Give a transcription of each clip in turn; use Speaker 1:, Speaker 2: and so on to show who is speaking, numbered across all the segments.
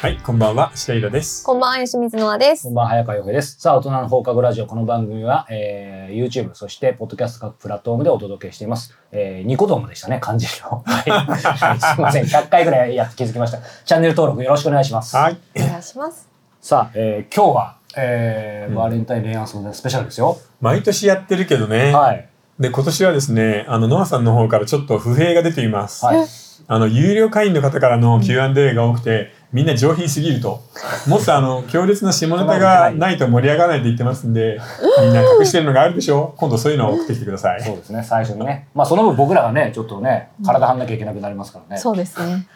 Speaker 1: はい、こんばんは、下色です。
Speaker 2: こんばんは、吉水のあです
Speaker 3: こん。ばんは、早川洋平です。さあ、大人の放課後ラジオ、この番組は、えー、YouTube、そして、ポッドキャスト各プラットフォームでお届けしています。えー、ニコ動でしたね、漢字の。 はい。すいません、100回ぐらいやって気づきました。チャンネル登録よろしくお願いします。
Speaker 1: はい。
Speaker 2: お願いします。
Speaker 3: さあ、えー、今日は、えー、
Speaker 1: うん
Speaker 3: バレンタイン恋愛相談スペシャルですよ。
Speaker 1: 毎年やってるけどね。
Speaker 3: はい。
Speaker 1: で、今年はですね、あの、ノアさんの方からちょっと不平が出ています。
Speaker 3: はい。
Speaker 1: あの、有料会員の方からの Q&A が多くて、みんな上品すぎる と。もっとあの、強烈な下ネタがないと盛り上がらないって言ってますんで、みんな隠してるのがあるでしょ今度そういうのを送ってきてください。
Speaker 3: そうですね、最初にね。まあ、その分僕らがね、ちょっとね、体張んなきゃいけなくなりますからね。
Speaker 2: そうですね。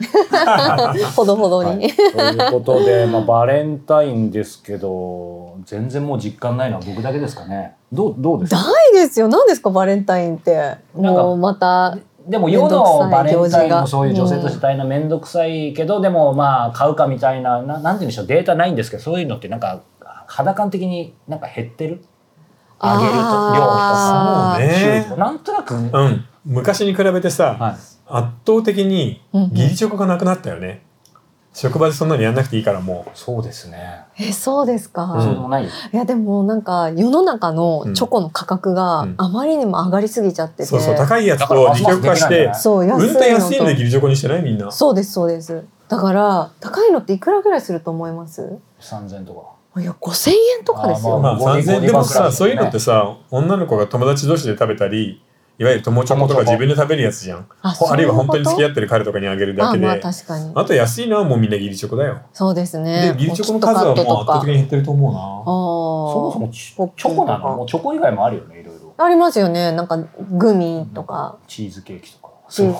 Speaker 2: ほどほど
Speaker 3: はい、
Speaker 2: に。
Speaker 3: ということで、まあ、バレンタインですけど全然もう実感ないのは僕だけですかねどうどうです
Speaker 2: な
Speaker 3: か
Speaker 2: いですよ。何ですか、バレンタインって。もうまた。
Speaker 3: でも
Speaker 2: めんど
Speaker 3: 世
Speaker 2: くさい
Speaker 3: のバレンタイン
Speaker 2: 行事
Speaker 3: も
Speaker 2: が
Speaker 3: そういう女性として大変な面倒くさいけど、でもまあ買うかみたいなななんて言うんでしょうデータないんですけどそういうのってなんか肌感的になんか減ってるあげると
Speaker 2: あー
Speaker 1: えー
Speaker 3: 量とか種類とかなんとなく、
Speaker 1: うん。昔に比べてさ、
Speaker 3: はい、
Speaker 1: 圧倒的に
Speaker 2: うんうん
Speaker 1: 義理チョコがなくなったよね。職場でそんなのやんなくていいからも
Speaker 3: そうですね、
Speaker 2: え、そうですか。
Speaker 1: うん
Speaker 3: そうでもない
Speaker 2: いや、でも、なんか世の中のチョコの価格が
Speaker 1: うん
Speaker 2: あまりにも上がりすぎちゃって
Speaker 1: う。
Speaker 2: て。
Speaker 1: そうそう、
Speaker 2: い。
Speaker 1: 高いやつ
Speaker 3: だから
Speaker 1: と
Speaker 3: ます
Speaker 1: 二
Speaker 3: ます
Speaker 1: 極化し
Speaker 3: できない
Speaker 1: て
Speaker 3: んじゃない、
Speaker 2: そう、安
Speaker 1: う
Speaker 2: い
Speaker 1: ん
Speaker 2: のと
Speaker 1: と安いので義理チョコにしてないみんな。
Speaker 2: そうです、そうです。だから、高いのっていくらぐらいすると思います。
Speaker 3: 3000とか
Speaker 2: いや、五千円とかですよ。
Speaker 3: あー
Speaker 1: まあ
Speaker 3: ゴディ
Speaker 1: 3000
Speaker 3: ゴディ
Speaker 1: でも
Speaker 3: バクラ
Speaker 1: さ、
Speaker 3: ブ
Speaker 1: そういうのってさ女の子が友達同士で食べたりいわゆる友チョコとか
Speaker 3: 友チョコ
Speaker 1: 自分で食べるやつじゃん
Speaker 2: あ
Speaker 1: ほあるいは本当に付き
Speaker 2: 合
Speaker 1: 合ってる彼とかにあげるだ
Speaker 2: あ、
Speaker 1: けで
Speaker 2: まあ、
Speaker 1: あ
Speaker 2: 確かに。
Speaker 1: と安いのはもうみんな義理チョコだよ
Speaker 2: そうです
Speaker 1: で
Speaker 2: ね。
Speaker 1: 義理チョコの数はもう圧倒的
Speaker 2: に。
Speaker 1: に減ってると
Speaker 2: あ
Speaker 1: 思
Speaker 3: そも
Speaker 2: あ
Speaker 3: そ。もチョチョコなのもうチョコ以外もあるよねいろいろ
Speaker 2: ありますよね。なんかグミとか。
Speaker 3: チーズケーキとかそ ういうの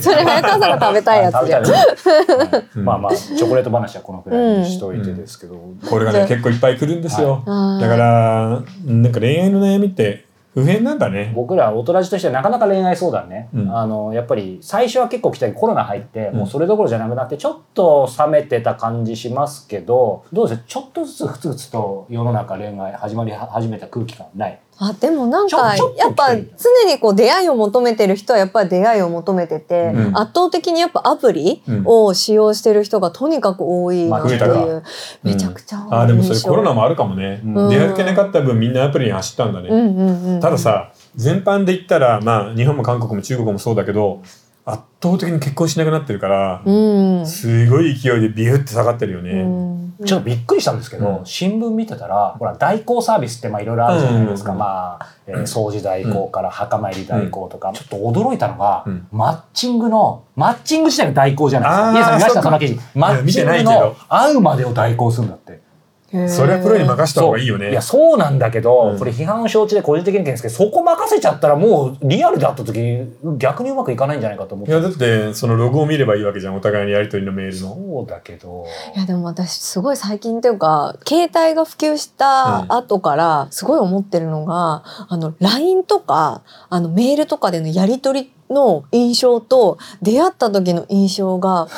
Speaker 2: それ早川さんが食べたいやつじゃん。
Speaker 3: 食べたいや つ
Speaker 1: うん
Speaker 3: まあまあチョコレート話はこのくらいにしといてですけど、
Speaker 1: うなこれが
Speaker 2: じゃ
Speaker 1: ね
Speaker 2: あ
Speaker 1: 結構いっぱい来るんですよ
Speaker 2: あー
Speaker 1: だからなんか恋愛の悩みって不変なんだね
Speaker 3: 僕ら大人じとしてはなかなか恋愛相談ね、
Speaker 1: うん
Speaker 3: あのやっぱり最初は結構来たけどコロナ入って
Speaker 1: うん
Speaker 3: もうそれどころじゃなくなってちょっと冷めてた感じしますけどどうですちょっとずつふつふつと世の中恋愛始まり は始めた空気感ない
Speaker 2: あでもなんか
Speaker 3: ちょちょっと
Speaker 2: やっぱ
Speaker 3: 来て
Speaker 2: 常
Speaker 3: る
Speaker 2: にこう出会いを求めてる人はやっぱり出会いを求めてて、
Speaker 1: うん
Speaker 2: 圧倒的にやっぱアプリを使用してる人がとにかく多いなってい
Speaker 1: まあ増
Speaker 2: う
Speaker 1: えたか
Speaker 2: めちゃくちゃ多い印象。
Speaker 1: あーでもそれコロナもあるかもね
Speaker 3: うん
Speaker 1: 出歩けなかった分みんなアプリに走ったんだね
Speaker 2: うんうんうん。
Speaker 1: たださ全般で言ったらまあ日本も韓国も中国もそうだけど圧倒的に結婚しなくなってるから、
Speaker 2: うん。
Speaker 1: すごい勢いでビューって下がってるよね、
Speaker 2: うん
Speaker 3: ちょっとびっくりしたんですけど、
Speaker 1: うん
Speaker 3: 新聞見てたらほら代行サービスってまあいろいろあるじゃないですか、
Speaker 1: うん
Speaker 3: まあ、えー掃除代行から墓参り代行とか、
Speaker 1: ん
Speaker 3: ちょっと驚いたのが、
Speaker 1: うん
Speaker 3: マッチングのマッチング自体の代行じゃ
Speaker 1: あー
Speaker 3: ないですか皆さん見まし
Speaker 1: そ
Speaker 3: た
Speaker 1: っか
Speaker 3: その記事マッチン
Speaker 1: いや見てないけ
Speaker 3: グ
Speaker 1: ど
Speaker 3: の会うまでを代行するんだって。
Speaker 1: それはプロに任せた方がいいよ
Speaker 3: そうい
Speaker 1: ね
Speaker 3: やそうなんだけど、
Speaker 1: うん
Speaker 3: これ批判を承知で個人的に意見ですけどそこ任せちゃったらもうリアルで会った時逆にうまくいかないんじゃないかと思っ
Speaker 1: い
Speaker 3: て
Speaker 1: やだってそのログを見ればいいわけじゃんお互いにやり取りのメールの
Speaker 3: そうだけど
Speaker 2: いやでも私すごい最近というか携帯が普及した後からすごい思ってるのが、あの LINE とかあのメールとかでのやり取りの印象と出会った時の印象が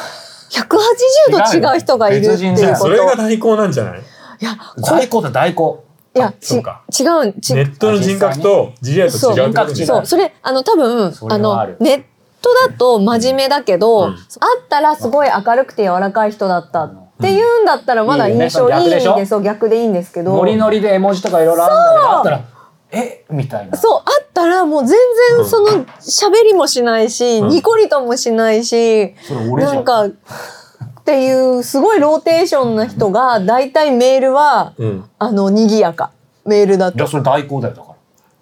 Speaker 2: 180度違う人がいるってい
Speaker 3: 違うよ
Speaker 2: う
Speaker 3: ね
Speaker 2: こ
Speaker 1: そ
Speaker 2: と。
Speaker 1: れが代行なんじゃない
Speaker 2: いやこ
Speaker 3: 代行だ代行
Speaker 2: いやち
Speaker 1: そうか
Speaker 2: 違うんち
Speaker 1: ネットの人格と事例と違うってことね
Speaker 3: そう人格違
Speaker 2: そうそれあの多分
Speaker 3: そ
Speaker 2: あ
Speaker 3: れは
Speaker 2: の
Speaker 3: ある
Speaker 2: ネットだと真面目だけ
Speaker 1: う
Speaker 2: ど、
Speaker 1: ん
Speaker 2: 会ったらすごい明るくて柔らかい人だったっていうんだったらまだ印象いいん
Speaker 3: いいよね
Speaker 2: ですよ
Speaker 3: それ逆でしょ
Speaker 2: そう逆でいいんですけど
Speaker 3: ノリノリで絵文字とかいろいろあるんだけどあったらえみたいな
Speaker 2: そう、あったらもう全然その喋りもしないし、
Speaker 1: うん
Speaker 2: ニコリともしないし、
Speaker 3: それ俺じゃ
Speaker 2: なんんか、っていうすごいローテーションな人が、だいたいメールは、
Speaker 1: うん
Speaker 2: あの、賑やか。メールだ
Speaker 3: いや
Speaker 2: と。
Speaker 3: それ代行だよだか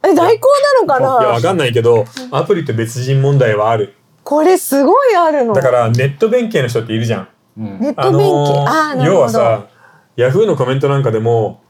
Speaker 3: ら
Speaker 2: え、代行なの
Speaker 1: いや
Speaker 2: か
Speaker 1: わ
Speaker 2: な
Speaker 1: かんないけどアプリと別人問題はある
Speaker 2: これすごいあるの。
Speaker 1: だからネット弁慶の人っているじゃん
Speaker 3: うん
Speaker 2: ネット弁慶。ああー、なる
Speaker 1: 要
Speaker 2: ほ
Speaker 1: は
Speaker 2: ど。
Speaker 1: さヤフーのコメントなんかでも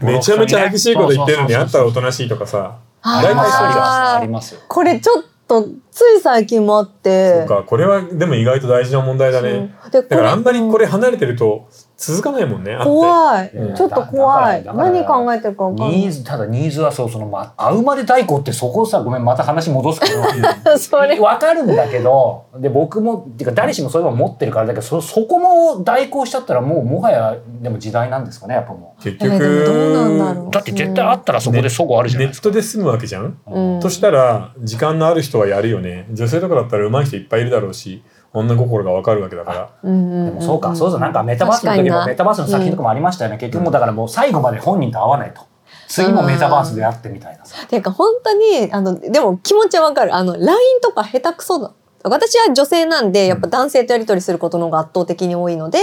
Speaker 1: めちゃめちゃ激しいこと言ってるのにあ
Speaker 3: そ
Speaker 1: った
Speaker 3: うそう
Speaker 1: らおとなしいとかさ
Speaker 2: あ
Speaker 1: 大体そうじ
Speaker 3: あ
Speaker 2: あ
Speaker 3: り
Speaker 2: ー
Speaker 3: ますよ
Speaker 2: これちょっと、つい最近もあって。
Speaker 1: かこれはでも意外と大事な問題だね
Speaker 2: そうで
Speaker 1: だからあんまりこ
Speaker 2: れ
Speaker 1: れ離れてると続かないもんねあって
Speaker 2: 怖い
Speaker 3: うん。
Speaker 2: ちょっと怖い。
Speaker 3: だからだから
Speaker 2: 何考えてるかわかん
Speaker 3: ニーズただニーズはそうその、ま、会うまで代行ってそこさごめんまた話戻すけど
Speaker 2: ない。 それ。
Speaker 3: わかるんだけどで僕もっていうか誰しもそういうの持ってるからだけどそそこも代行しちゃったらもうもはやでも時代なんですかねやっぱも
Speaker 1: 結
Speaker 2: えーでもどうなんだ
Speaker 1: 局
Speaker 2: ろう
Speaker 3: うだって絶対あったらそこでそこあるじゃ
Speaker 1: ネ
Speaker 3: ないです
Speaker 1: ッ
Speaker 3: か、
Speaker 1: トで済むわけじゃん
Speaker 2: うん
Speaker 1: としたら時間のある人はやるよね女性とかだったら上手い人いっぱいいるだろうし女心がわかるわけだから。
Speaker 2: うん
Speaker 3: でもそうか、そうそう、なんかメタバー
Speaker 2: 確
Speaker 3: スの
Speaker 2: かに
Speaker 3: 時
Speaker 2: な
Speaker 3: もメタバースの作品とかもありましたよね。結局もうだからもう最後まで本人と会わないと。次もメタバースで会ってみたいなさ。
Speaker 2: ていうか本当にあのでも気持ちはわかるあの LINE とか下手くそだ私は女性なんでやっぱ男性とやり取りすることの方が圧倒的に多いので、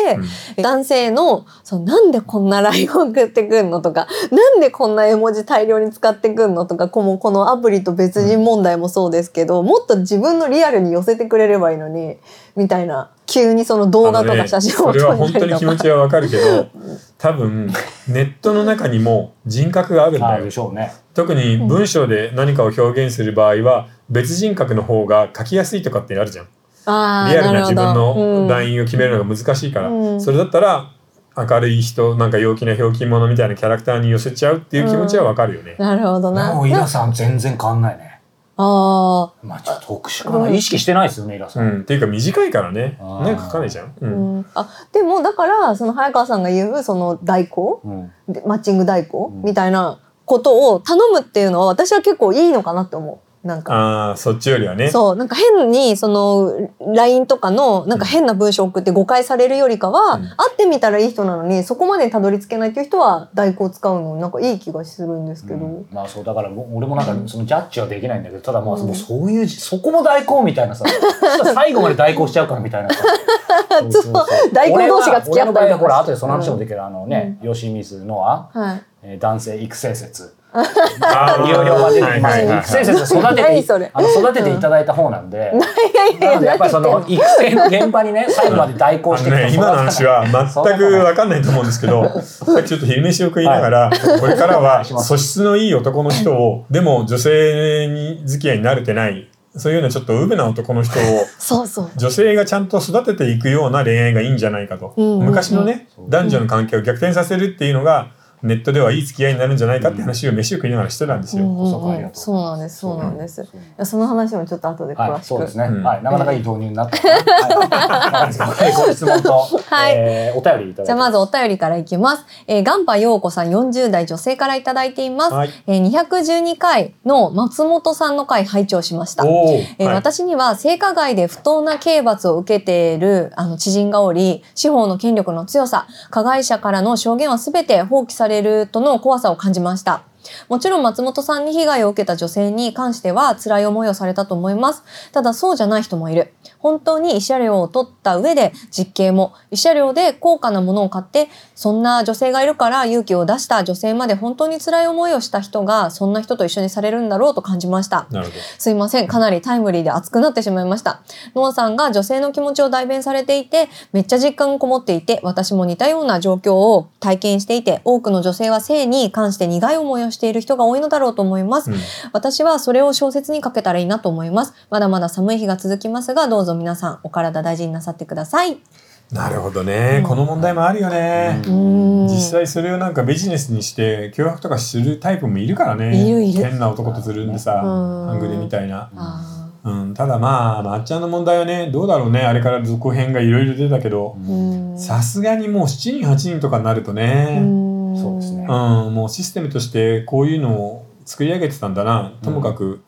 Speaker 1: うん
Speaker 2: 男性のそのなんでこんな LINE 送ってくんのとか なんでこんな絵文字大量に使ってくんのとかこのこのアプリと別人問題もそうですけどもっと自分のリアルに寄せてくれればいいのにみたいな急にその動画とか写真
Speaker 1: あの
Speaker 2: を
Speaker 1: ねそれは
Speaker 2: 撮
Speaker 1: 本
Speaker 2: りた
Speaker 1: 当
Speaker 2: り
Speaker 1: に気
Speaker 2: と
Speaker 1: 持
Speaker 2: か。
Speaker 1: ちはわかるけど、多分ネットの中にも人格があるん
Speaker 3: あ
Speaker 1: だ
Speaker 3: る
Speaker 1: よ
Speaker 3: で。しょうね。
Speaker 1: 特に文章で何かを表現する場合は別人格の方が書きやすいとかってあるじゃん。
Speaker 2: あー
Speaker 1: リアルな自分
Speaker 2: るほどう
Speaker 1: の
Speaker 2: ん
Speaker 1: ラインを決めるのが難しいから、
Speaker 2: うん
Speaker 1: それだったら明るい人なんか陽気なひょうきん者みたいなキャラクターに寄せちゃうっていう気持ちはわかるよね。
Speaker 2: なるほどな。
Speaker 3: でもイラさん全然変わんないね。
Speaker 2: あ
Speaker 3: まあちょっと特殊か
Speaker 2: う
Speaker 3: な。
Speaker 2: ん
Speaker 3: 意識してないですよね、イラ
Speaker 1: う
Speaker 3: さ
Speaker 1: ん
Speaker 3: ん。
Speaker 1: っていうか短いからね
Speaker 3: あー
Speaker 1: なんか書かないじゃん。う
Speaker 2: あ、うんん、あでもだからその早川さんが言うその代行
Speaker 3: うん。
Speaker 2: でマッチング代行、
Speaker 3: うん
Speaker 2: みたいなことを頼むっていうのは私は結構いいのかなって思うなんか。
Speaker 1: ああそっちよりはね。
Speaker 2: そうなんか変にその LINE とかのなんか変な文章送って誤解されるよりかは、
Speaker 1: うん
Speaker 2: 会ってみたらいい人なのにそこまでたどり着けないっていう人は代行使うのなんかいい気がするんですけど、
Speaker 3: うんまあそうだからもう俺もなんかそのジャッジはできないんだけどただまあもうそういうじそこも代行みたいなさ最後まで代行しちゃうからみたいなさそうそうそう
Speaker 2: 代行同士が付き合ったりとか
Speaker 3: 俺は俺の場合はほら後でその話もできるあのね吉光ノア
Speaker 2: はい
Speaker 3: えー男性育成説
Speaker 1: あ ー
Speaker 3: いろいろは出てきま
Speaker 1: はい
Speaker 3: す
Speaker 1: はい
Speaker 3: 育成
Speaker 1: はい
Speaker 3: 説育
Speaker 2: 何
Speaker 3: て
Speaker 2: そ
Speaker 3: て
Speaker 2: れ
Speaker 3: あの育てていただいた方なんで
Speaker 2: いや
Speaker 3: なの
Speaker 2: い
Speaker 3: でやっぱりその
Speaker 2: いや
Speaker 3: 育成の現場にね最後まで代行
Speaker 1: あ
Speaker 3: し
Speaker 1: の
Speaker 3: ていくと
Speaker 1: ね、今の話は全く分かんないと思うんですけどさっきちょっと昼飯を食いながら、これからは素質のいい男の人をでも女性に付き合いに慣れてないそういうようなちょっとうぶな男の人を
Speaker 2: そうそう
Speaker 1: 女性がちゃんと育てていくような恋愛がいいんじゃないかと、
Speaker 2: うんうんうん
Speaker 1: 昔のね
Speaker 3: そう
Speaker 1: 男女の関係を逆転させるっていうのがネットではいい付き合いになるんじゃないかって話を飯を食いながらしてたんですよ。
Speaker 2: うんうんうん
Speaker 3: そうかありがとう
Speaker 2: そうなんですそうなんです、
Speaker 3: そう
Speaker 2: いやその話もちょっと後で詳しく、
Speaker 3: はい、そうですね、
Speaker 1: うん
Speaker 3: はい、なかなかいい導入になったかな。はい、はいご質問と、
Speaker 2: はい
Speaker 3: えーお便りいただいて
Speaker 2: じゃあまずお便りからいきます。えー、ガンパヨーコさん40代女性からいただいています。
Speaker 1: はい
Speaker 2: えー、212回の松本さんの回拝聴しました。
Speaker 1: おー
Speaker 2: えー
Speaker 1: はい
Speaker 2: 私には性加害で不当な刑罰を受けているあの知人がおり、司法の権力の強さ、加害者からの証言は全て放棄されるとの怖さを感じました。もちろん松本さんに被害を受けた女性に関しては辛い思いをされたと思います。ただそうじゃない人もいる。本当に慰謝料を取った上で実刑も慰謝料で高価なものを買ってそんな女性がいるから勇気を出した女性まで本当に辛い思いをした人がそんな人と一緒にされるんだろうと感じました。
Speaker 1: なるほど
Speaker 2: すいません。かなりタイムリーで熱くなってしまいました。ノアさんが女性の気持ちを代弁されていて、めっちゃ実感こもっていて、私も似たような状況を体験していて、多くの女性は性に関して苦い思いをしている人が多いのだろうと思います。
Speaker 1: うん
Speaker 2: 私はそれを小説にかけたらいいなと思います。まだまだ寒い日が続きますが、どうぞ皆さん、お体大事になさってください。
Speaker 1: なるほどね、
Speaker 2: うん
Speaker 1: この問題もあるよね。
Speaker 2: ん
Speaker 1: 実際それをなんかビジネスにして脅迫とかするタイプもいるからね
Speaker 2: いるいる
Speaker 1: 変な男とつるんでさ、
Speaker 2: うん
Speaker 1: ハングレみたいな、
Speaker 2: あ
Speaker 1: うん、ただまあまっちゃんの問題はねどうだろうねあれから続編がいろいろ出たけど
Speaker 2: ーうん
Speaker 1: さすがにもう7人8人とかになるとね、
Speaker 2: ん
Speaker 3: そうですね
Speaker 1: うんもうシステムとしてこういうのを作り上げてたんだなともかく、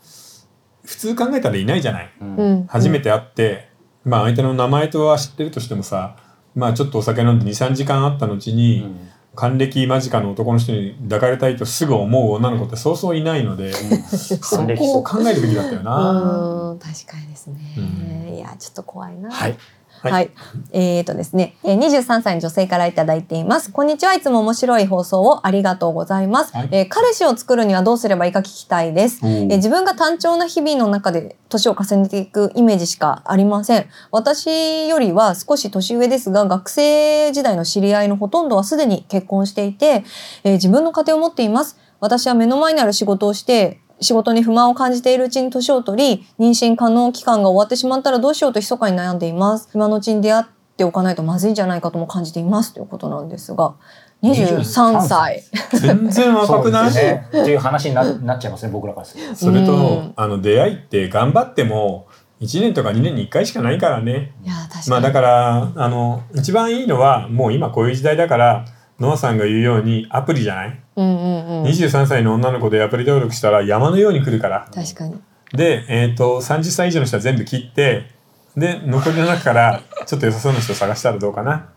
Speaker 1: 普通考えたらいないじゃない
Speaker 3: うん
Speaker 2: う
Speaker 3: うん
Speaker 2: ん
Speaker 1: 初めて会って、まあ相手の名前とは知ってるとしてもさまあちょっとお酒飲んで23時間会った後に、還暦間近の男の人に抱かれたいとすぐ思う女の子ってそうそういないので、そ
Speaker 3: 還暦
Speaker 1: こを考えるべきだったよな。
Speaker 2: うん確かにですね、
Speaker 1: うん
Speaker 2: いやちょっと怖いな
Speaker 3: はい、
Speaker 2: はい、えー、とですね、えー23歳の女性からいただいています。こんにちは。いつも面白い放送をありがとうございます。
Speaker 1: はい
Speaker 2: えー彼氏を作るにはどうすればいいか聞きたいです。
Speaker 1: お
Speaker 2: え
Speaker 1: ー
Speaker 2: ー自分が単調な日々の中で年を重ねていくイメージしかありません。私よりは少し年上ですが、学生時代の知り合いのほとんどはすでに結婚していて、えー自分の家庭を持っています。私は目の前にある仕事をして、仕事に不満を感じているうちに年を取り、妊娠可能期間が終わってしまったらどうしようと密かに悩んでいます。今のうちに出会っておかないとまずいんじゃないかとも感じていますということなんですが、23歳。
Speaker 1: 全然若くない
Speaker 3: そうですねっていう話にななっちゃいますね僕らからすると
Speaker 1: それと、
Speaker 2: うん
Speaker 1: あの出会いって頑張っても1年とか2年に1回しかないからね。
Speaker 2: いや、確かに。
Speaker 1: まあだからあの一番いいのはもう今こういう時代だからノアさんが言うようにアプリじゃない、
Speaker 2: うんうんうん。
Speaker 1: ?23 歳の女の子でアプリ登録したら山のように来るから。
Speaker 2: 確かに。
Speaker 1: で、えー、と30歳以上の人は全部切ってで残りの中からちょっと良さそうな人を探したらどうかな。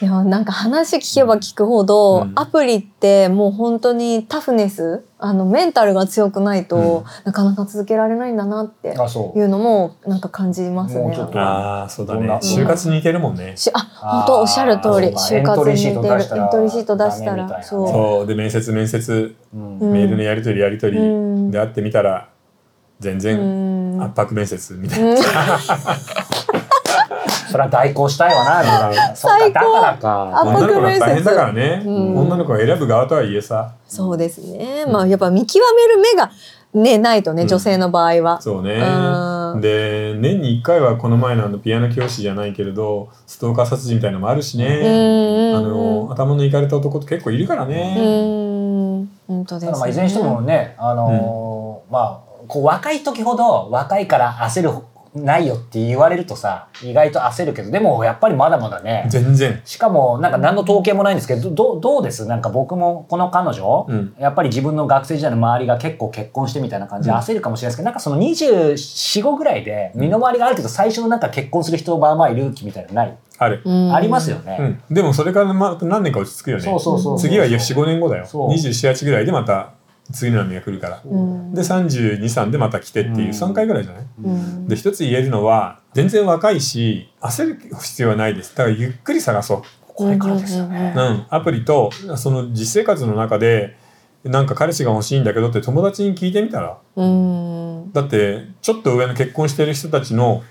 Speaker 2: いやなんか話聞けば聞くほど、
Speaker 1: うん
Speaker 2: アプリってもう本当にタフネスあのメンタルが強くないと、
Speaker 1: うん
Speaker 2: なかなか続けられないんだなって
Speaker 3: あ、そ
Speaker 2: いうのもなんか感じますね。
Speaker 3: もうちょっと
Speaker 1: ああそうだ
Speaker 3: どん
Speaker 1: ね
Speaker 3: な。
Speaker 1: 就活に行けるもんね。
Speaker 2: しあ
Speaker 3: あー
Speaker 2: 本当おっしゃる通り
Speaker 3: そう
Speaker 2: 就
Speaker 3: か
Speaker 2: 活に似てるエン
Speaker 3: エントリーシート出したら
Speaker 2: トリーシート出した
Speaker 3: ダメみたいな
Speaker 2: ら
Speaker 3: ね
Speaker 2: そう
Speaker 1: そうで面接面接、
Speaker 3: う。うん。
Speaker 2: うん
Speaker 1: メールのやり取りやり取り、
Speaker 2: うん
Speaker 1: で会ってみたら全
Speaker 2: う
Speaker 1: 然
Speaker 2: ん
Speaker 1: 圧迫面接みたいな。
Speaker 2: うん
Speaker 3: それは代行したいわな、みたいな。そう
Speaker 2: 最
Speaker 3: か、
Speaker 2: 高
Speaker 3: だからか。
Speaker 2: あ圧
Speaker 1: 女の子
Speaker 2: 迫
Speaker 1: が
Speaker 2: 面接
Speaker 1: 大変だからね、
Speaker 2: うん
Speaker 1: 女の子が選ぶ側とはいえさ
Speaker 2: そうですね、まあやっぱ見極める目がねないとね女性の場合は。
Speaker 1: そうね
Speaker 2: うん
Speaker 1: で年に1回はこの前のあのピアノ教師じゃないけれどストーカー殺人みたいのもあるし
Speaker 2: うんう
Speaker 1: ね、
Speaker 2: ん
Speaker 1: あの頭のいかれた男って結構いるから
Speaker 2: う
Speaker 1: ね、
Speaker 2: ん本当です、
Speaker 3: ただまあいずれにしてもね、あのーまあこう若い時ほど若いから焦るないよって言われるとさ意外と焦るけどでもやっぱりまだまだね
Speaker 1: 全然
Speaker 3: しかもなんか何の統計もないんですけどどどうですなんか僕もこの彼女、
Speaker 1: うん
Speaker 3: やっぱり自分の学生時代の周りが結構結婚してみたいな感じで
Speaker 1: うん
Speaker 3: 焦るかもしれないですけど、なんかその245ぐらいで身の回りがあるけど最初のなんか結婚する人まあまあいる気みたいなのない、
Speaker 1: ある、
Speaker 2: うん
Speaker 3: ありますよね、
Speaker 1: うん、でもそれからまた何年か落ち着くよね
Speaker 3: そうそうそう
Speaker 1: 次は45年後だよ
Speaker 3: そう
Speaker 1: 248ぐらいでまた次の波が来るから
Speaker 2: うん
Speaker 1: で323でまた来てっていう
Speaker 3: うん
Speaker 1: 3回ぐらいじゃない、
Speaker 2: うん
Speaker 1: で一つ言えるのは全然若いし焦る必要はないですだからゆっくり探そう
Speaker 3: これからですよね、
Speaker 1: うん、アプリとその実生活の中でなんか彼氏が欲しいんだけどって友達に聞いてみたら
Speaker 2: うん
Speaker 1: だってちょっと上の結婚してる人たちの、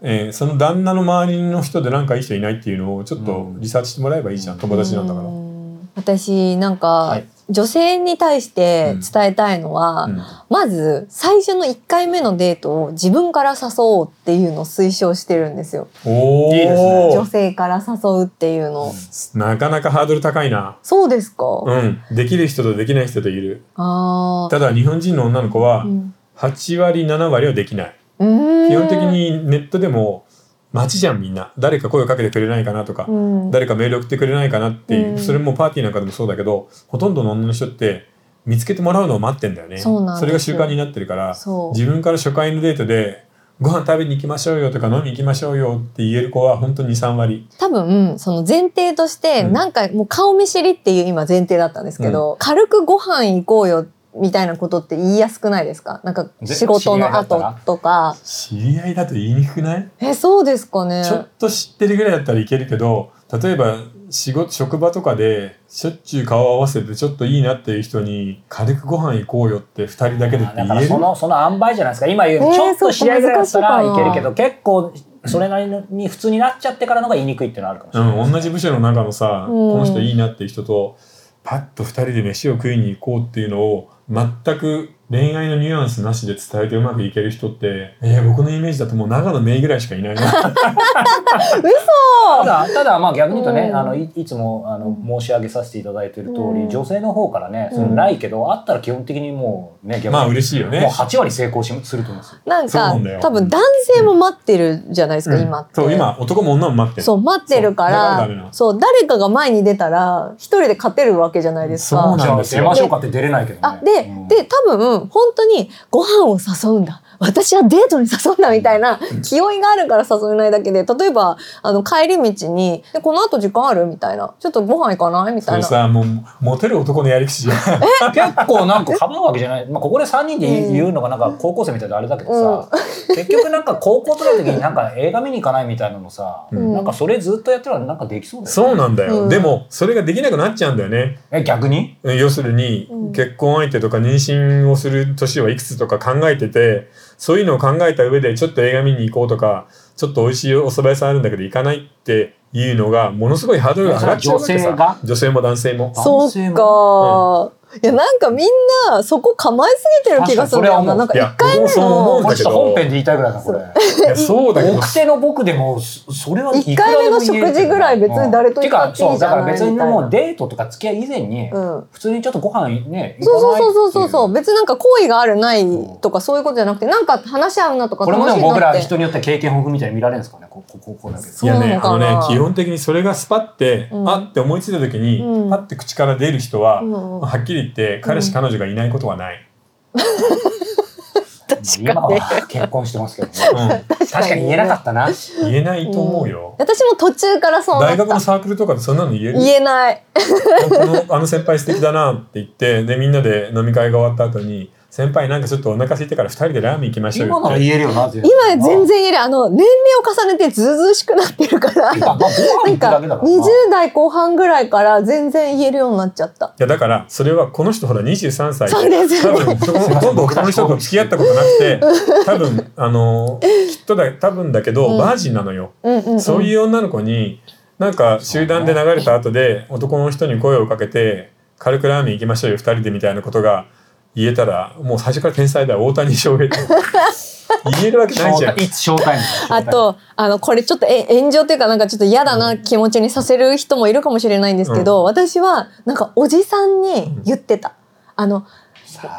Speaker 1: えーその旦那の周りの人でなんかいい人いないっていうのをちょっとリサーチしてもらえばいいじゃん、
Speaker 3: うん
Speaker 1: 友達なんだから。
Speaker 2: う
Speaker 1: うん
Speaker 2: ん私なんか、
Speaker 3: はい
Speaker 2: 女性に対して伝えたいのは、まず最初の1回目のデートを自分から誘おうっていうのを推奨してるんですよ
Speaker 1: おー
Speaker 3: いいですね
Speaker 2: 女性から誘うっていうの、
Speaker 1: なかなかハードル高いな。
Speaker 2: そうですか、あ
Speaker 1: うん、できる人とできない人といる。
Speaker 2: あー
Speaker 1: ただ日本人の女の子は
Speaker 2: うん
Speaker 1: 8割7割はできない。
Speaker 2: うーん
Speaker 1: 基本的にネットでも待ちじゃんみんな。誰か声をかけてくれないかなとか
Speaker 2: う、ん
Speaker 1: 誰かメール送ってくれないかなっていう、
Speaker 2: うん
Speaker 1: それもパーティーなんかでもそうだけどほとんどの女の人って見つけてもらうのを待ってんだよね
Speaker 2: そうなんです
Speaker 1: れが習慣になってるから
Speaker 2: そう
Speaker 1: 自分から初回のデートでご飯食べに行きましょうよとか飲みに行きましょうよって言える子は本当に23割
Speaker 2: 多分その前提として
Speaker 1: うん
Speaker 2: なんかもう顔見知りっていう今前提だったんですけど、軽くご飯行こうよみたいなことって言いやすくないですかなんか
Speaker 3: ぜ
Speaker 2: 仕事の後とか
Speaker 1: 知り合いだと言いにくくない、
Speaker 2: えそうですかね
Speaker 1: ちょっと知ってるぐらいだったらいけるけど例えば仕事職場とかでしょっちゅう顔を合わせてちょっといいなっていう人に軽くご飯行こうよって2人だけでって
Speaker 3: だ
Speaker 1: 言
Speaker 3: か
Speaker 1: え
Speaker 3: ら
Speaker 1: る
Speaker 3: そのその塩梅じゃないですか今言う、
Speaker 2: えー
Speaker 3: ちょっと試合ぐらいだったら
Speaker 2: そ
Speaker 3: いうけ
Speaker 2: か
Speaker 3: るけど結構それなりに普通になっちゃってからのが言いにくいっていうのはあるかもしれない、
Speaker 1: うん、同じ部署の中のさ、
Speaker 2: うん
Speaker 1: この人いいなっていう人とパッと2人で飯を食いに行こうっていうのを全く恋愛のニュアンスなしで伝えてうまくいける人って、えー僕のイメージだともう長野めいぐらいしかいないな
Speaker 3: ただただまあ逆に言うとね、
Speaker 2: うん
Speaker 3: あのいいつもあの申し上げさせていただいている通り、
Speaker 2: うん
Speaker 3: 女性の方からね
Speaker 2: うん
Speaker 3: それないけど、あったら基本的にもうね逆に、
Speaker 1: まあ嬉しいよ
Speaker 3: もう
Speaker 1: ね
Speaker 3: 8割成功しすると思うんですよ。
Speaker 2: なん
Speaker 1: そうな
Speaker 2: か
Speaker 1: んだよ
Speaker 2: 多分男性も待ってるじゃないですか、
Speaker 1: うん
Speaker 2: 今って
Speaker 1: そう今男も女も待ってる
Speaker 2: そう待ってるか
Speaker 1: そうだからダ
Speaker 2: ら
Speaker 1: メなの
Speaker 2: そう誰かが前に出たら一人で勝てるわけじゃないです
Speaker 1: そう
Speaker 2: か
Speaker 1: なんだ
Speaker 3: じゃあ出ましょうかって出れないけどね。
Speaker 2: あで、
Speaker 3: うん
Speaker 2: で多分本当にご飯を誘うんだ私はデートに誘うんだみたいな気負いがあるから誘えないだけで例えばあの帰り道に「でこの後時間ある?」みたいな「ちょっとご飯行かない?」み
Speaker 1: そ
Speaker 2: たい
Speaker 1: れ
Speaker 2: な。
Speaker 1: さもうモテる男のやり口じゃん
Speaker 3: 結構なんかかばうわけじゃない、まあ、ここで3人で言う言うのがなんか高校生みたいであれだけどさ、結局なんか高校とかの時になんか映画見に行かないみたいなのさ、
Speaker 1: うん
Speaker 3: なんかそれずっとやってたらなんかできそうだよね
Speaker 1: そうなんだよ、
Speaker 2: うん
Speaker 1: でもそれができなくなっちゃうんだよね
Speaker 3: え逆に
Speaker 1: 要するに
Speaker 2: うん
Speaker 1: 結婚相手とか妊娠をする年はいくつとか考えててそういうのを考えた上でちょっと映画見に行こうとかちょっと美味しいお蕎麦屋さんあるんだけど行かないっていうのがものすごいハードルが上がっちゃうわけ
Speaker 3: 女性が
Speaker 1: さ女性も男性も
Speaker 2: そ
Speaker 3: 男
Speaker 2: うか、
Speaker 3: 性
Speaker 2: いやなんかみんなそこ構えすぎてる気がするんだよななん
Speaker 3: 確
Speaker 2: か
Speaker 1: かに
Speaker 2: 1回
Speaker 1: いや僕も
Speaker 2: 目
Speaker 1: そう思うん
Speaker 2: の
Speaker 3: これちょっと本編で言いたいぐらいだなこれ。
Speaker 1: いやそうだけど
Speaker 3: 奥手の僕でもそそれは
Speaker 2: 一回目の食事ぐらい別に誰と行ったっていいじゃない
Speaker 3: うんてかそうだから別にもうデートとか付き合い以前に、
Speaker 2: うん
Speaker 3: 普通にちょっとご飯ね
Speaker 2: そうそうそうそうそうそう
Speaker 3: う
Speaker 2: 別になんか好意があるないとかそういうことじゃなくてなんか話し合うなとか
Speaker 3: これも
Speaker 2: 楽
Speaker 3: で
Speaker 2: し
Speaker 3: も
Speaker 2: い
Speaker 3: 僕
Speaker 2: なっ
Speaker 3: ら
Speaker 2: て
Speaker 3: 人によって経験豊富みたいに見られるんですかねここここだけど
Speaker 1: い
Speaker 2: そう
Speaker 1: や
Speaker 2: な
Speaker 1: ね
Speaker 2: の
Speaker 1: あ
Speaker 2: か
Speaker 1: の
Speaker 2: な
Speaker 1: ね基本的にそれがスパって、
Speaker 2: うん
Speaker 1: あって思いついた時に、
Speaker 2: うん
Speaker 1: パッて口から出る人は、
Speaker 2: うんうん
Speaker 1: はっきり言って彼氏彼女がいないことはない、
Speaker 2: 確
Speaker 3: 今
Speaker 2: かに。
Speaker 3: は結婚してますけどね。
Speaker 2: 確
Speaker 3: 確かに言えなかった な。
Speaker 1: うん、言えないと思うよ、
Speaker 2: 私も途中からそうな
Speaker 1: 大
Speaker 2: った
Speaker 1: 学のサークルとかでそんなの言える
Speaker 2: 言えない
Speaker 1: このあの先輩素敵だなって言ってでみんなで飲み会が終わった後に「先輩なんかちょっとお腹空いてから2人でラーメン行きましょうよ」
Speaker 3: 今な
Speaker 1: っ
Speaker 3: ら
Speaker 1: て
Speaker 3: 言えるよな、今
Speaker 2: 今全。然言えるあの年齢を重ねてずうずうしくなってるから
Speaker 3: ま
Speaker 2: な
Speaker 3: あ、ご飯行
Speaker 2: ん
Speaker 3: くだけだ
Speaker 2: か
Speaker 3: から
Speaker 2: 20
Speaker 3: な。
Speaker 2: 代後半ぐらいから全然言えるようになっちゃった。
Speaker 1: いやだからそれはこの人ほら23歳
Speaker 2: そうですよ
Speaker 1: 多
Speaker 2: ね
Speaker 1: 分そこのほとんど他の人と付き合ったことなくて多分あのきっとだ多分だけど、
Speaker 2: うん
Speaker 1: バージンなのよ。
Speaker 2: うんうん、うん。
Speaker 1: そう
Speaker 2: う。
Speaker 1: いう女の子になんか集団で流れた後で男の人に声をかけて軽くラーメン行きましょうよ2人でみたいなことが言えたらもう最初から天才だよ大谷翔平って 言えるわけないじゃん。
Speaker 3: いつ招待
Speaker 2: あと、あの、これちょっとえ炎上というかなんかちょっと嫌だな気持ちにさせる人もいるかもしれないんですけど、私はなんかおじさんに言ってた。あの、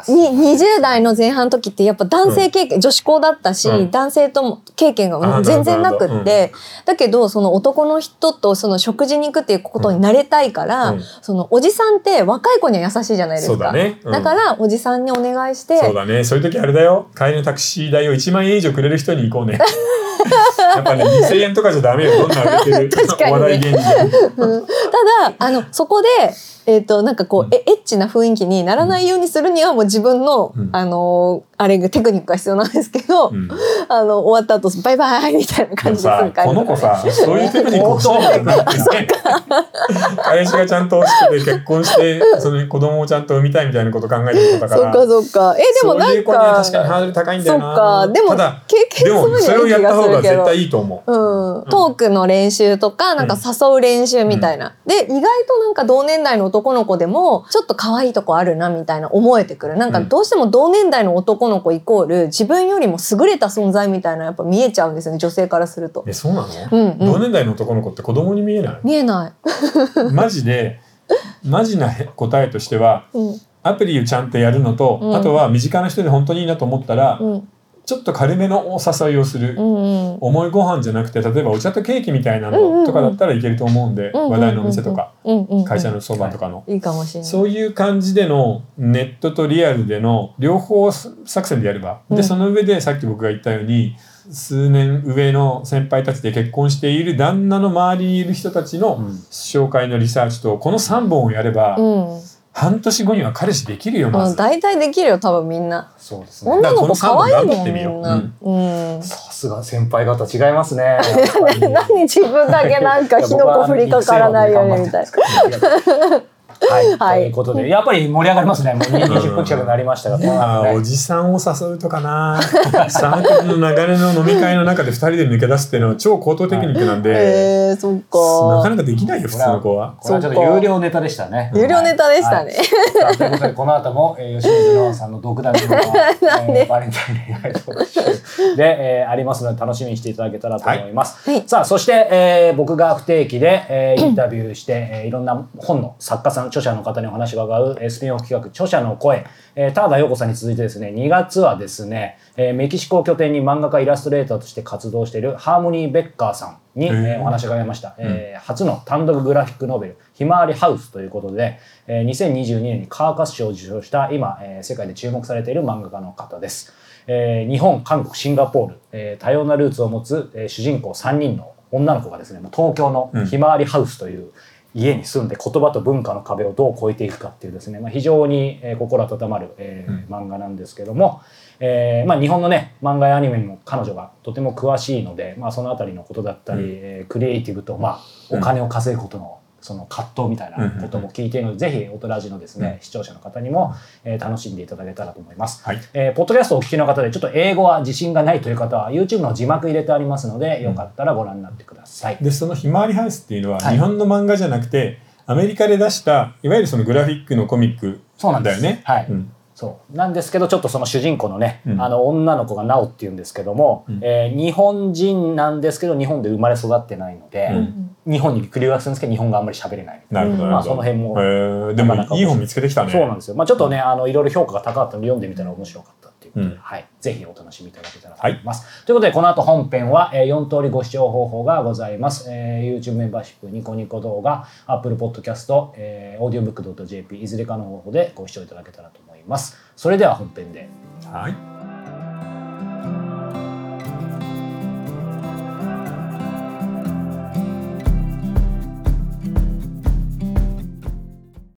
Speaker 2: に20代の前半の時ってやっぱ男性経験、女子校だったし、
Speaker 1: うん
Speaker 2: 男性とも経験が
Speaker 1: あ
Speaker 2: も
Speaker 1: ー
Speaker 2: う全然なく
Speaker 1: なるほ
Speaker 2: っ
Speaker 1: どな
Speaker 2: て、だけどその男の人とその食事に行くっていうことに慣れたいから、
Speaker 1: うん
Speaker 2: そのおじさんって若い子には優しいじゃないですか
Speaker 1: そうだねうん
Speaker 2: だからおじさんにお願いして
Speaker 1: そうだねそういう時あれだよ帰りのタクシー代を1万円以上くれる人に行こう ねやっぱね2000円とかじゃダメよどんな上げてる
Speaker 2: 確かにね
Speaker 1: お笑い芸人
Speaker 2: ただあのそこで、えー、となんかこう、えエッチな雰囲気にならないようにするにはもう自分の、
Speaker 1: うん
Speaker 2: あのーあれがテクニックが必要なんですけど、
Speaker 1: うんで
Speaker 2: あの終わった後バイバイみたいな感
Speaker 1: も
Speaker 2: じです
Speaker 1: さ
Speaker 2: ぐ帰る
Speaker 1: この子さそういうテクニック欲しいんだよなってね彼氏がちゃんと欲しくて結婚してその子供をちゃんと産みたいみたいなこと考えてる子だか
Speaker 2: そ
Speaker 1: ら
Speaker 2: っかそっかえでもな
Speaker 1: そうい
Speaker 2: ん
Speaker 1: う子には
Speaker 2: か
Speaker 1: 確かにハードル高いんだ
Speaker 2: そ
Speaker 1: よ
Speaker 2: っ
Speaker 1: な
Speaker 2: かでも
Speaker 1: ただ
Speaker 2: 経験す
Speaker 1: で
Speaker 2: るに
Speaker 1: もそれをや
Speaker 2: はい
Speaker 1: っ
Speaker 2: い気
Speaker 1: た
Speaker 2: が
Speaker 1: 方
Speaker 2: す
Speaker 1: が
Speaker 2: るけ
Speaker 1: 絶
Speaker 2: ど
Speaker 1: 対いいと思う、
Speaker 2: うん、トークの練習とか、なんか誘う練習みたいな。で、意外となんか同年代の男の子でも、ちょっと可愛いとこあるなみたいな思えてくる。なんか
Speaker 1: うん
Speaker 2: どうしても同年代の男の子イコール、自分よりも優れた存在みたいなやっぱ見えちゃうんですよね、女性からすると。
Speaker 1: えそうなの、
Speaker 2: うんうん
Speaker 1: 同年代の男の子って子供に見えない
Speaker 2: 見えない。
Speaker 1: マジでマジなへ答えとしては
Speaker 2: うん。
Speaker 1: アプリをちゃんとやるのと、
Speaker 2: うん
Speaker 1: あとは身近な人で本当にいいなと思ったら、
Speaker 2: うん。
Speaker 1: ちょっと軽めのお誘いをする、
Speaker 2: うんうん。
Speaker 1: 重いご飯じゃなくて例えばお茶とケーキみたいな
Speaker 2: うんうんう
Speaker 1: の
Speaker 2: ん
Speaker 1: とかだったらいけると思うんで、
Speaker 2: うんうんうんうん
Speaker 1: 話題のお店とか、
Speaker 2: うんうんうん。
Speaker 1: 会社のそばとかの、
Speaker 2: いいかもしれない。
Speaker 1: そういう感じでのネットとリアルでの両方作戦でやれば、
Speaker 2: うん
Speaker 1: でその上でさっき僕が言ったように数年上の先輩たちで結婚している旦那の周りにいる人たちの
Speaker 3: うん
Speaker 1: 紹介のリサーチとこの3本をやれば、
Speaker 2: うん。
Speaker 1: 半年後には彼氏できるよま
Speaker 2: も
Speaker 1: ず。
Speaker 2: う大体できるよ、多分みんな。
Speaker 3: そうですね。
Speaker 2: 女の子可愛いも
Speaker 1: だからこ
Speaker 2: ん、
Speaker 1: の三本頑張ってみ
Speaker 2: み
Speaker 1: ようん
Speaker 2: な。うん。
Speaker 3: さすが先輩方違います ね。
Speaker 2: 何自分だけなんか火の粉降りかからないようにみ たいな。
Speaker 3: はい、
Speaker 2: はい
Speaker 3: ということで、やっぱり盛り上がりますね。もう20分近くになりましたが、
Speaker 1: いやー
Speaker 3: ね
Speaker 1: おじさんを誘うとかなサークルの流れの飲み会の中で2人で抜け出すっていうのは超高等テクニック なんで、
Speaker 2: えー、そっ
Speaker 1: なか
Speaker 2: か。
Speaker 1: なかできないよ普通の子は。
Speaker 3: これはちょっと有料ネタでしたね。
Speaker 2: 有料ネタでしたね。
Speaker 3: はい。はいということで、この後も、えー、吉水直さんの 独断の、えー、バレンタイン恋愛特集で、えー、ありますので、楽しみにしていただけたらと思います。
Speaker 2: はいはい
Speaker 3: さあ、そして、えー、僕が不定期で、えー、インタビューして、えー、いろんな本の作家さん、著者の方にお話が伺う、えー、スピンオフ企画、著者の声、えー、田田陽子さんに続いてですね、2月はですね、えー、メキシコを拠点に漫画家イラストレーターとして活動しているハーモニー・ベッカーさんに、え
Speaker 1: へー
Speaker 3: ーお話話が出ました、えー初の単独グラフィックノベル「ひまわりハウス」ということで、えー2022年にカーカス賞を受賞した今、えー世界で注目されている漫画家の方です、えー日本韓国シンガポール、えー多様なルーツを持つ、えー主人公3人の女の子がですねもう東京の
Speaker 1: うん
Speaker 3: ひまわりハウスという家に住んで言葉と文化の壁をどう越えていくかっていうですね、まあ、非常にえー心温まる、えー漫画なんですけども、えーまあ、日本のね漫画やアニメにも彼女がとても詳しいので、まあ、その辺りのことだったり、
Speaker 1: うん
Speaker 3: えークリエイティブと、まあ、
Speaker 1: う
Speaker 3: お
Speaker 1: ん
Speaker 3: 金を稼ぐことのその葛藤みたいなことも聞いているので、ぜひオトラジのですね、視聴者の方にも、えー楽しんでいただけたらと思います。
Speaker 1: はい
Speaker 3: えーポッドキャストをお聞きの方でちょっと英語は自信がないという方は YouTube の字幕入れてありますのでよかったらご覧になってください。
Speaker 1: でその「ひまわりハウス」っていうのは
Speaker 3: はい
Speaker 1: 日本の漫画じゃなくて、アメリカで出したいわゆるそのグラフィックのコミック
Speaker 3: そうなんで
Speaker 1: だ
Speaker 3: す
Speaker 1: よね。
Speaker 3: はい
Speaker 1: うん
Speaker 3: そうなんですけどちょっとその主人公のね、
Speaker 1: うん
Speaker 3: あの女の子がナオっていうんですけども、
Speaker 1: うん
Speaker 3: えー日本人なんですけど日本で生まれ育ってないので、
Speaker 1: うん
Speaker 3: 日本に留学するんですけど日本があんまり喋れない
Speaker 1: なるほど
Speaker 2: うん
Speaker 1: なる
Speaker 3: まあ
Speaker 1: ほ
Speaker 3: そ
Speaker 1: ど。
Speaker 3: の辺も
Speaker 1: えーで
Speaker 3: なかなか
Speaker 1: もいい本見つけてきたね。
Speaker 3: そうなんですよ、まあ、ちょっとねあのいろいろ評価が高かったので読んでみたら面白かったっていうことで、
Speaker 1: うん
Speaker 3: はい、ぜひお楽しみいただけたらと思います、ということでこの後本編は、えー4通りご視聴方法がございます、えー YouTube メンバーシップニコニコ動画 Apple Podcast、えー、audiobook.jp いずれかの方法でご視聴いただけたらと思いますそれでは本編で
Speaker 1: はい。